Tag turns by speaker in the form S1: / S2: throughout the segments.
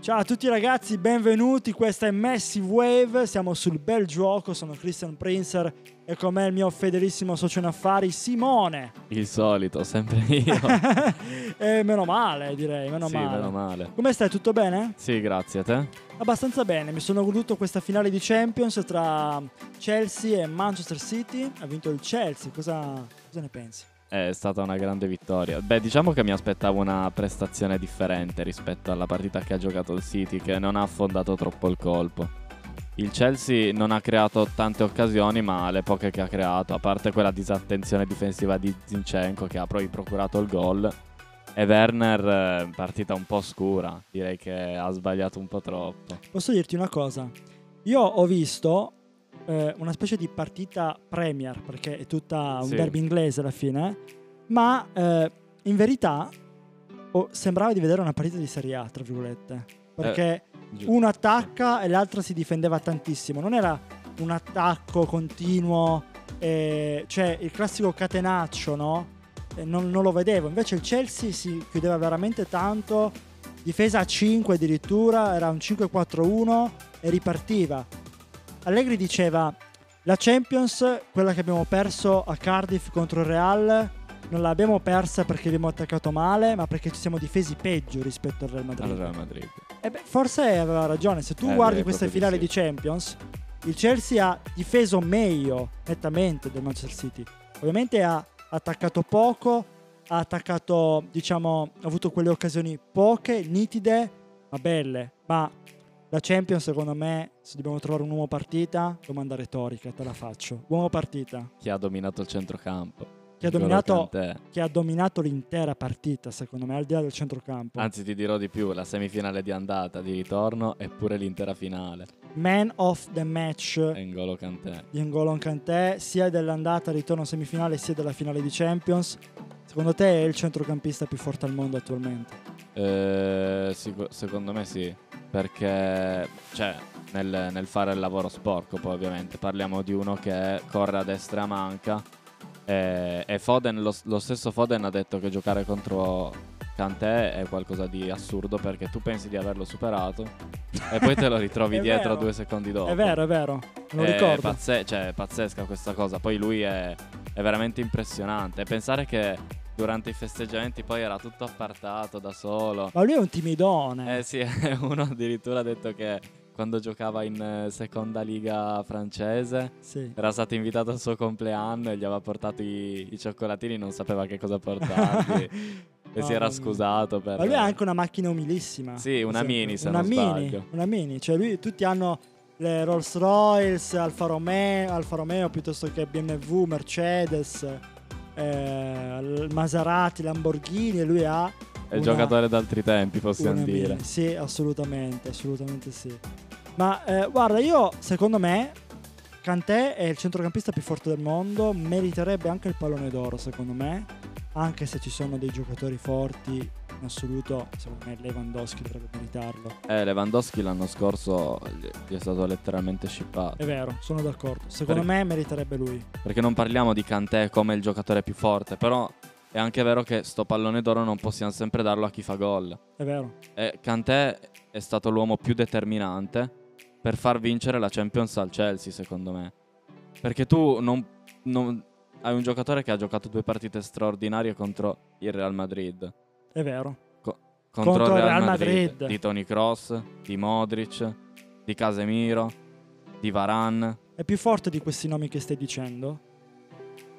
S1: Ciao a tutti ragazzi, benvenuti, questa è Massive Wave, siamo sul bel gioco, sono Christian Prinzer e con me il mio fedelissimo socio in affari Simone.
S2: Il solito, sempre io.
S1: e meno male direi, meno
S2: sì,
S1: male.
S2: meno male.
S1: Come stai, tutto bene?
S2: Sì, grazie a te.
S1: Abbastanza bene, mi sono goduto questa finale di Champions tra Chelsea e Manchester City, ha vinto il Chelsea, cosa, cosa ne pensi?
S2: È stata una grande vittoria. Beh, diciamo che mi aspettavo una prestazione differente rispetto alla partita che ha giocato il City, che non ha affondato troppo il colpo. Il Chelsea non ha creato tante occasioni, ma le poche che ha creato, a parte quella disattenzione difensiva di Zinchenko che ha poi procurato il gol, e Werner, eh, partita un po' scura, direi che ha sbagliato un po' troppo.
S1: Posso dirti una cosa? Io ho visto eh, una specie di partita Premier, perché è tutta un
S2: Sì.
S1: derby inglese alla fine, ma eh, in verità oh, sembrava di vedere una partita di Serie A, tra virgolette, perché
S2: Giu-
S1: uno attacca e l'altro si difendeva tantissimo, non era un attacco continuo, eh, cioè il classico catenaccio, no? Eh, non, non lo vedevo, invece il Chelsea si chiudeva veramente tanto, difesa a 5 addirittura, era un 5-4-1 e ripartiva. Allegri diceva la Champions, quella che abbiamo perso a Cardiff contro il Real, non l'abbiamo persa perché abbiamo attaccato male, ma perché ci siamo difesi peggio rispetto al Real Madrid.
S2: Al Real Madrid.
S1: Eh beh, forse aveva ragione. Se tu
S2: Eh,
S1: guardi
S2: direi
S1: queste
S2: proprio
S1: finali
S2: di
S1: di Champions, il Chelsea ha difeso meglio nettamente del Manchester City. Ovviamente ha attaccato poco, ha attaccato, diciamo, ha avuto quelle occasioni poche, nitide, ma belle. Ma la Champions, secondo me, se dobbiamo trovare un uomo partita, domanda retorica, te la faccio. Uomo partita,
S2: Chi ha dominato il centrocampo?
S1: Chi ha
S2: N'Golo
S1: dominato-
S2: Kanté.
S1: che ha dominato l'intera partita, secondo me, al di là del centrocampo.
S2: Anzi, ti dirò di più: la semifinale di andata, di ritorno e pure l'intera finale.
S1: Man of the match.
S2: Engolo Kanté.
S1: di N'Golo Kanté sia dell'andata ritorno semifinale sia della finale di Champions secondo te è il centrocampista più forte al mondo attualmente
S2: Eh, sicu- secondo me sì, perché cioè, nel, nel fare il lavoro sporco, poi ovviamente parliamo di uno che corre a destra e a manca. eh, e Foden, lo, lo stesso Foden ha detto che giocare contro Kanté è qualcosa di assurdo perché tu pensi di averlo superato e poi te lo ritrovi
S1: È
S2: dietro
S1: vero.
S2: due secondi dopo.
S1: è vero è vero me lo
S2: è
S1: ricordo
S2: pazze- cioè, è pazzesca questa cosa. Poi lui è, è veramente impressionante. E pensare che durante i festeggiamenti poi era tutto appartato da solo.
S1: ma lui è un timidone
S2: Eh sì, uno addirittura ha detto che quando giocava in eh, seconda liga francese
S1: sì.
S2: era stato invitato al suo compleanno e gli aveva portato i, i cioccolatini, non sapeva che cosa portargli. e si
S1: Mamma
S2: era
S1: mia.
S2: scusato per...
S1: ma lui ha anche una macchina umilissima
S2: Sì, una
S1: per esempio.
S2: mini, se
S1: una
S2: non
S1: mini
S2: sbaglio.
S1: una mini cioè lui tutti hanno le Rolls Royce Alfa Romeo Alfa Romeo piuttosto che BMW Mercedes eh, Maserati Lamborghini e lui ha
S2: È
S1: una-
S2: giocatore d'altri tempi, possiamo
S1: Una
S2: dire.
S1: mini, Sì, assolutamente, assolutamente sì. Ma eh, guarda, io secondo me Kanté è il centrocampista più forte del mondo, meriterebbe anche il pallone d'oro secondo me, anche se ci sono dei giocatori forti in assoluto, secondo me Lewandowski dovrebbe meritarlo.
S2: Eh, Lewandowski l'anno scorso gli gli è stato letteralmente shippato.
S1: È vero, sono d'accordo. Secondo
S2: Per-
S1: me meriterebbe lui.
S2: Perché non parliamo di Kanté come il giocatore più forte, però è anche vero che sto pallone d'oro non possiamo sempre darlo a chi fa gol.
S1: È vero.
S2: E Kanté è stato l'uomo più determinante per far vincere la Champions al Chelsea, secondo me. Perché tu non, non- hai un giocatore che ha giocato due partite straordinarie contro il Real Madrid.
S1: È vero.
S2: Contro,
S1: Contro
S2: il Real,
S1: Real
S2: Madrid,
S1: Madrid.
S2: Di Tony Cross, di Modric, di Casemiro, di Varane.
S1: È più forte di questi nomi che stai dicendo?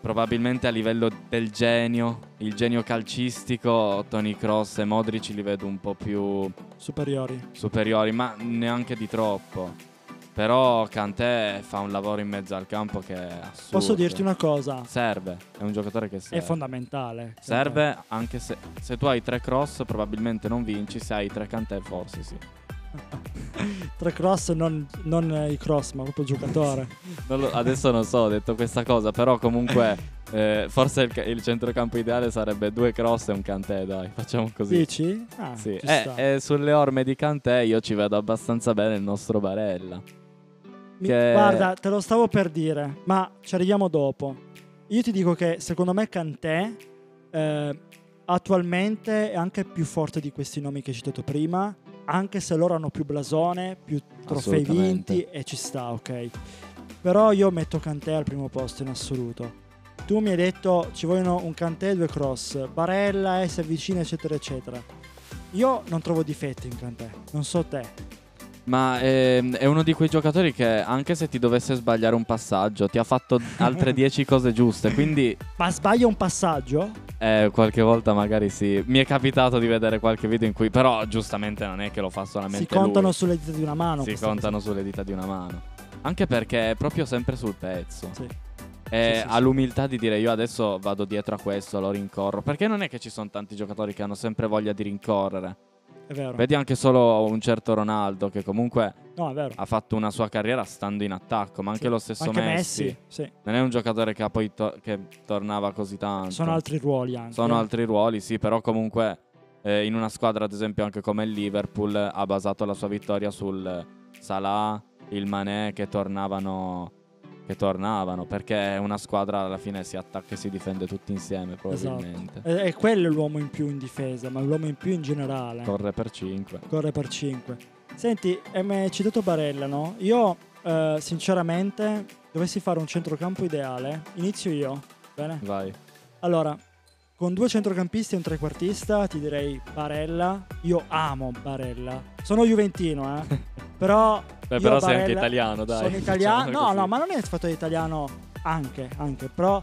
S2: Probabilmente a livello del genio, il genio calcistico, Tony Cross e Modric li vedo un po' più
S1: Superiori.
S2: superiori, ma neanche di troppo. Però Kanté fa un lavoro in mezzo al campo che è assurdo.
S1: Posso dirti una cosa?
S2: Serve, è un giocatore che serve.
S1: È fondamentale.
S2: serve anche se, se tu hai tre cross probabilmente non vinci, se hai tre Kanté forse sì.
S1: Tre cross, non, non eh, i cross, ma proprio il giocatore.
S2: Non lo- adesso non so, ho detto questa cosa, però comunque eh, forse il, ca- il centrocampo ideale sarebbe due cross e un Kanté, dai, facciamo così.
S1: Dici? Ah,
S2: Sì.
S1: ci
S2: Eh,
S1: sta.
S2: eh, sulle orme di Kanté io ci vedo abbastanza bene il nostro Barella.
S1: Mi-
S2: che-
S1: Guarda, te lo stavo per dire, ma ci arriviamo dopo. Io ti dico che secondo me Kanté eh, attualmente è anche più forte di questi nomi che hai citato prima anche se loro hanno più blasone, più trofei
S2: Assolutamente.
S1: vinti e ci sta, ok. Però io metto Kanté al primo posto in assoluto. Tu mi hai detto ci vogliono un Kanté e due cross, Barella, eh, si avvicina, eccetera, eccetera. Io non trovo difetti in Kanté, non so te.
S2: Ma ehm, è uno di quei giocatori che anche se ti dovesse sbagliare un passaggio ti ha fatto altre 10 cose giuste, quindi
S1: Ma sbaglio un passaggio?
S2: eh, qualche volta magari sì. Mi è capitato di vedere qualche video in cui però giustamente non è che lo fa solamente
S1: si contano
S2: lui.
S1: sulle dita di una mano.
S2: si
S1: queste
S2: contano sulle dita di una mano. Anche perché è proprio sempre sul pezzo.
S1: cose. Sì.
S2: E
S1: Sì, sì,
S2: ha
S1: sì.
S2: l'umiltà di dire io adesso vado dietro a questo, lo rincorro. Perché non è che ci sono tanti giocatori che hanno sempre voglia di rincorrere.
S1: È vero.
S2: Vedi anche solo un certo Ronaldo che comunque
S1: No, è vero.
S2: ha fatto una sua carriera stando in attacco, ma anche
S1: Sì.
S2: lo stesso
S1: Anche
S2: Messi.
S1: Messi, sì.
S2: Non è un giocatore che ha poi to- che tornava così tanto.
S1: sono altri ruoli anche. eh.
S2: Sono altri ruoli, sì, però comunque eh, in una squadra, ad esempio, anche come il Liverpool, eh, ha basato la sua vittoria sul eh, Salah, il Mané che tornavano. Che tornavano perché una squadra alla fine si attacca e si difende tutti insieme,
S1: Esatto.
S2: probabilmente.
S1: È, è quello l'uomo in più in difesa, ma l'uomo in più in generale.
S2: Corre per 5.
S1: Corre per 5. Senti, eh, mi hai citato Barella, no? Io, eh, sinceramente, dovessi fare un centrocampo ideale, inizio io, bene?
S2: Vai.
S1: Allora, con due centrocampisti e un trequartista ti direi Barella. Io amo Barella. Sono juventino, eh. Però...
S2: Beh,
S1: io
S2: però sei
S1: Barella-
S2: anche italiano, dai. Diciamo
S1: Sono italiano. No, no, ma non è il fatto di italiano. Anche, anche. Però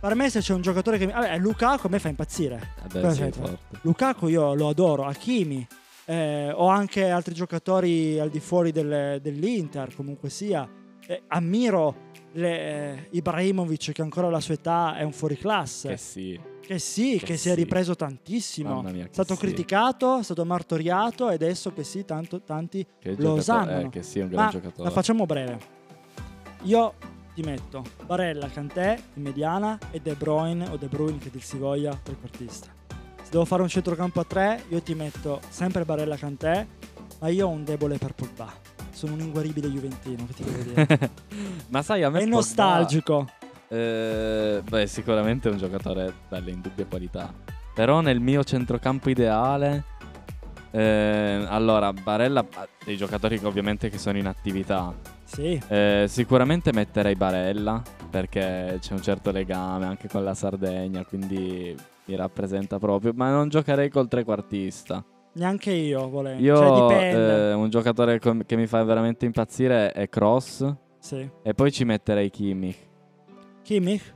S1: per me se c'è un giocatore che... mi- Vabbè, Lukaku a me fa impazzire.
S2: Adesso
S1: Cosa
S2: sei
S1: c'entra?
S2: forte.
S1: Lukaku io lo adoro. Hakimi. eh, o anche altri giocatori al di fuori del- dell'Inter, comunque sia. Eh, ammiro le- eh, Ibrahimovic che ancora alla sua età è un fuoriclasse.
S2: Che sì.
S1: Che sì,
S2: Che
S1: che, si è
S2: sì.
S1: ripreso tantissimo.
S2: Mamma mia,
S1: è stato
S2: che sì.
S1: criticato, è stato martoriato e adesso che sì, tanto, tanti.
S2: Che
S1: Lo
S2: giocatore-
S1: osannano.
S2: eh, che sì, è un gran
S1: Ma
S2: giocatore.
S1: la facciamo breve. Io ti metto Barella, Cantè, in mediana e De Bruyne o De Bruyne che dir si voglia, trequartista. Se devo fare un centrocampo a tre, io ti metto sempre Barella, Cantè, ma io ho un debole per Pogba. Sono un inguaribile juventino, che ti devo dire.
S2: ma sai, a me
S1: È
S2: Pogba-
S1: nostalgico.
S2: Eh, beh, sicuramente è un giocatore dalle indubbie qualità. Però nel mio centrocampo ideale. eh, allora, Barella. ah, Dei giocatori che ovviamente che sono in attività.
S1: Sì,
S2: Eh, sicuramente metterei Barella. Perché c'è un certo legame anche con la Sardegna. Quindi mi rappresenta proprio. Ma non giocherei col trequartista.
S1: neanche io volevo.
S2: Io.
S1: cioè, dipende.
S2: eh, un giocatore com- che mi fa veramente impazzire è Cross.
S1: Sì.
S2: E poi ci metterei Kimmich.
S1: Kimmich?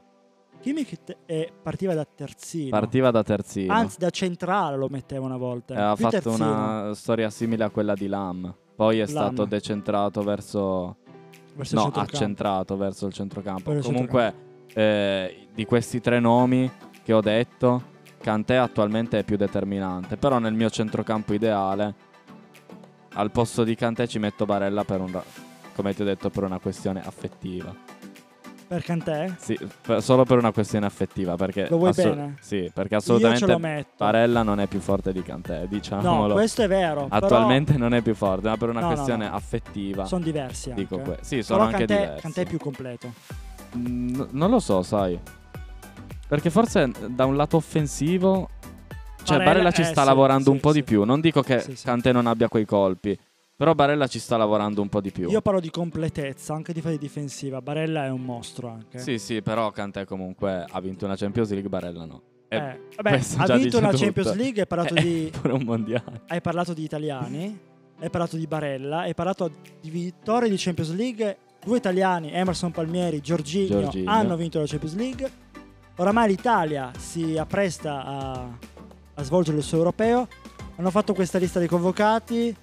S1: Kimmich te- eh, partiva da terzino.
S2: Partiva da terzino.
S1: Anzi, da centrale lo metteva una volta.
S2: Eh, ha
S1: Più
S2: fatto
S1: terzino.
S2: una storia simile a quella di Lam. Poi è stato
S1: Lam.
S2: decentrato verso.
S1: verso il
S2: no,
S1: centrocampo.
S2: accentrato verso il centrocampo.
S1: Verso il
S2: Comunque, eh, di questi tre nomi che ho detto, Kanté attualmente è più determinante. Però nel mio centrocampo ideale, al posto di Kanté ci metto Barella per un. ra- Come ti ho detto, per una questione affettiva.
S1: Per Cantè?
S2: Sì, per- solo per una questione affettiva. Perché
S1: Lo vuoi bene?
S2: Sì, perché
S1: Io ce lo
S2: assolutamente
S1: metto.
S2: Barella non è più forte di Kanté, diciamolo.
S1: no, questo è vero. però
S2: Attualmente non è più forte, ma per una
S1: No, no,
S2: questione
S1: no.
S2: affettiva.
S1: sono diversi. Anche.
S2: dico que- Sì, sono
S1: Però
S2: anche
S1: Kanté-
S2: diversi.
S1: Kanté è più completo.
S2: Mm, no- non lo so, sai. Perché forse eh, da un lato offensivo. Cioè,
S1: Barella-
S2: Barella, ci
S1: eh,
S2: sta
S1: sì,
S2: lavorando
S1: sì,
S2: un po'
S1: sì.
S2: di più. Non dico che
S1: Sì, sì.
S2: Kanté non abbia quei colpi. Però Barella ci sta lavorando un po' di più.
S1: Io parlo di completezza, anche di fase difensiva. Barella è un mostro anche.
S2: Sì, sì, però Kanté comunque ha vinto una Champions League, Barella no.
S1: Eh,
S2: eh,
S1: vabbè,
S2: questo
S1: ha
S2: già
S1: vinto
S2: dice
S1: una
S2: tutto.
S1: Champions League, hai parlato,
S2: Eh,
S1: di,
S2: Pure un mondiale.
S1: hai parlato di italiani, hai parlato di Barella, hai parlato di vittorie di Champions League. Due italiani, Emerson Palmieri, Giorginio,
S2: Jorginho.
S1: hanno vinto la Champions League. Oramai l'Italia si appresta a, a svolgere il suo europeo. Hanno fatto questa lista dei convocati.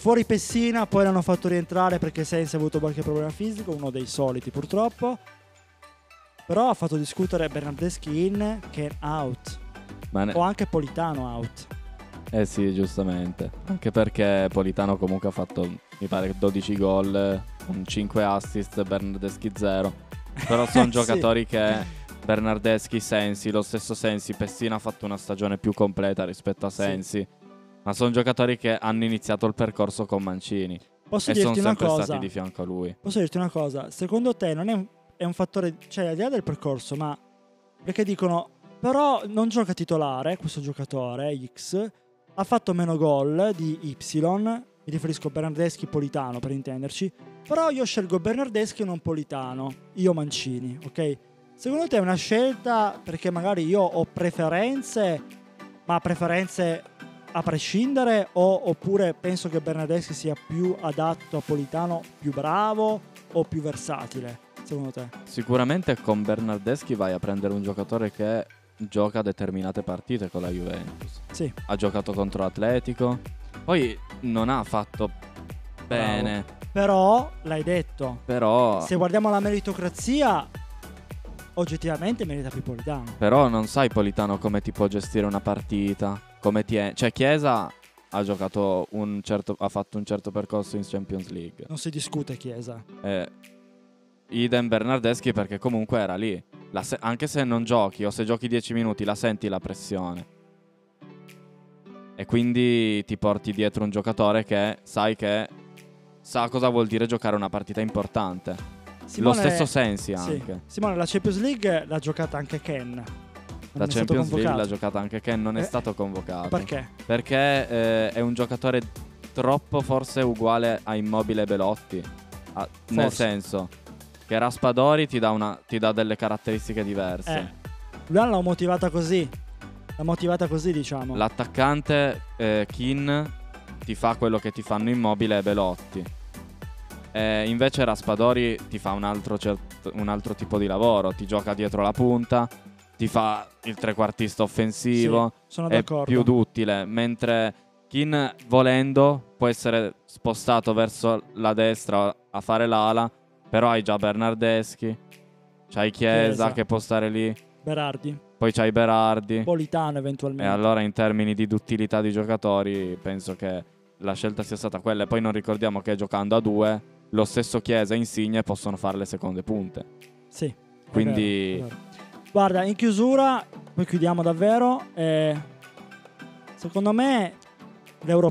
S1: Fuori Pessina, poi l'hanno fatto rientrare perché Sensi ha avuto qualche problema fisico, uno dei soliti purtroppo. Però ha fatto discutere Bernardeschi in che è out.
S2: Ma ne-
S1: O anche Politano out.
S2: Eh sì, giustamente. Anche perché Politano comunque ha fatto, mi pare, 12 gol, un 5 assist, Bernardeschi 0. Però sono
S1: Sì.
S2: giocatori che Bernardeschi, Sensi, lo stesso Sensi, Pessina ha fatto una stagione più completa rispetto a
S1: Sì.
S2: Sensi. Ma sono giocatori che hanno iniziato il percorso con Mancini
S1: Posso
S2: e sono
S1: dirti una
S2: sempre
S1: cosa?
S2: stati di fianco a lui.
S1: Posso dirti una cosa? Secondo te non è un, è un fattore, cioè al di là del percorso, ma perché dicono però non gioca titolare questo giocatore X, ha fatto meno gol di Y, mi riferisco a Bernardeschi Politano per intenderci, però io scelgo Bernardeschi e non Politano, io Mancini, ok? Secondo te è una scelta perché magari io ho preferenze, ma preferenze a prescindere o- oppure penso che Bernardeschi sia più adatto a Politano, più bravo o più versatile, secondo te?
S2: Sicuramente con Bernardeschi vai a prendere un giocatore che gioca determinate partite con la Juventus.
S1: Sì.
S2: Ha giocato contro l'Atletico, poi non ha fatto bene,
S1: Però l'hai detto,
S2: però,
S1: se guardiamo la meritocrazia, oggettivamente merita più Politano.
S2: però non sai Politano come ti può gestire una partita, come ti è... Cioè Chiesa ha giocato un certo... ha fatto un certo percorso in Champions League.
S1: Non si discute Chiesa.
S2: Eh, idem Bernardeschi perché comunque era lì. La se- anche se non giochi o se giochi 10 minuti, la senti la pressione. E quindi ti porti dietro un giocatore che sai che sa cosa vuol dire giocare una partita importante.
S1: Simone-
S2: Lo stesso Sensi
S1: sì.
S2: anche.
S1: Simone, la Champions League l'ha giocata anche Ken. Non
S2: La
S1: è stato
S2: Champions League l'ha
S1: convocato.
S2: giocata anche che non è
S1: Eh,
S2: stato convocato.
S1: Perché?
S2: Perché eh, è un giocatore troppo forse uguale a Immobile e Belotti. Ah, nel
S1: Forse.
S2: senso che Raspadori ti dà, una- ti dà delle caratteristiche diverse.
S1: Eh, lui l'ha motivata così. L'ha motivata così, diciamo.
S2: L'attaccante eh, Kin ti fa quello che ti fanno Immobile e Belotti. Eh, invece Raspadori ti fa un altro, cert- un altro tipo di lavoro, ti gioca dietro la punta, ti fa il trequartista
S1: Sì,
S2: offensivo.
S1: sono
S2: è
S1: d'accordo.
S2: più duttile, mentre Kin volendo può essere spostato verso la destra a fare l'ala, però hai già Bernardeschi, c'hai Chiesa,
S1: Chiesa.
S2: che può stare lì,
S1: Berardi,
S2: poi c'hai Berardi
S1: Politano
S2: e
S1: eventualmente.
S2: allora in termini di duttilità di giocatori penso che la scelta sia stata quella e poi non ricordiamo che giocando a due lo stesso Chiesa e Insigne possono fare le seconde punte.
S1: Sì. è
S2: Quindi-
S1: vero, è vero. Guarda, in chiusura, poi chiudiamo davvero. eh, secondo me l'Euro